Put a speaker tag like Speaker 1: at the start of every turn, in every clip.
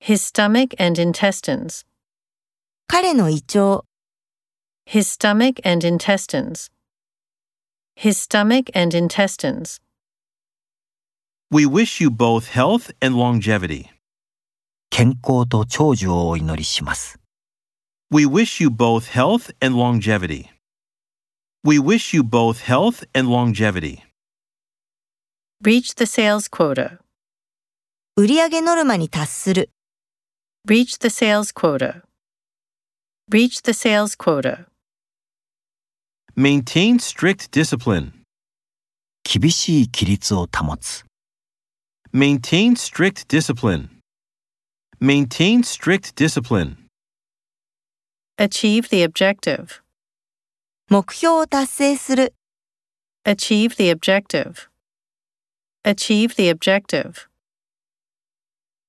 Speaker 1: his stomach and intestines,
Speaker 2: 彼の胃腸、
Speaker 1: his stomach and intestines, his stomach and intestines.
Speaker 3: We wish you both health and longevity.
Speaker 4: 健康と長寿をお祈りします。
Speaker 3: We wish you both health and longevity. We wish you both health and longevity.
Speaker 1: Reach the sales quota,
Speaker 2: 売上ノルマに達する、
Speaker 1: reach the sales quota, reach the sales quota.
Speaker 3: Maintain strict discipline.
Speaker 4: 厳しい規律を保つ。
Speaker 3: Maintain strict discipline. Maintain strict discipline.
Speaker 1: Achieve the objective,
Speaker 2: 目標を達成する、
Speaker 1: achieve the objective, achieve the objective.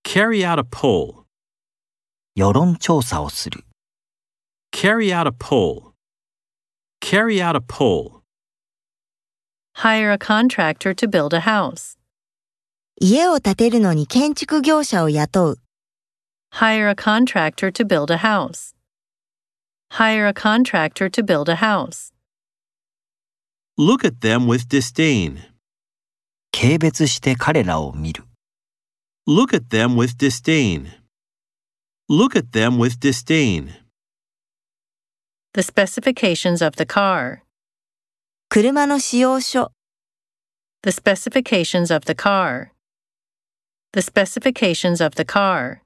Speaker 3: Carry out a poll.
Speaker 4: 世論調査をする。
Speaker 3: Carry out a poll. Carry out a poll.
Speaker 1: Hire a contractor to build a house,
Speaker 2: 家を建てるのに建築業者を雇う、
Speaker 1: hire a contractor to build a house, hire a contractor to build a house.
Speaker 3: Look at them with disdain.
Speaker 4: 軽蔑して彼らを見る。
Speaker 3: Look at them with disdain. Look at them with disdain.
Speaker 1: The specifications of the car.
Speaker 2: 車の使用書、
Speaker 1: The specifications of the car. The specifications of the car.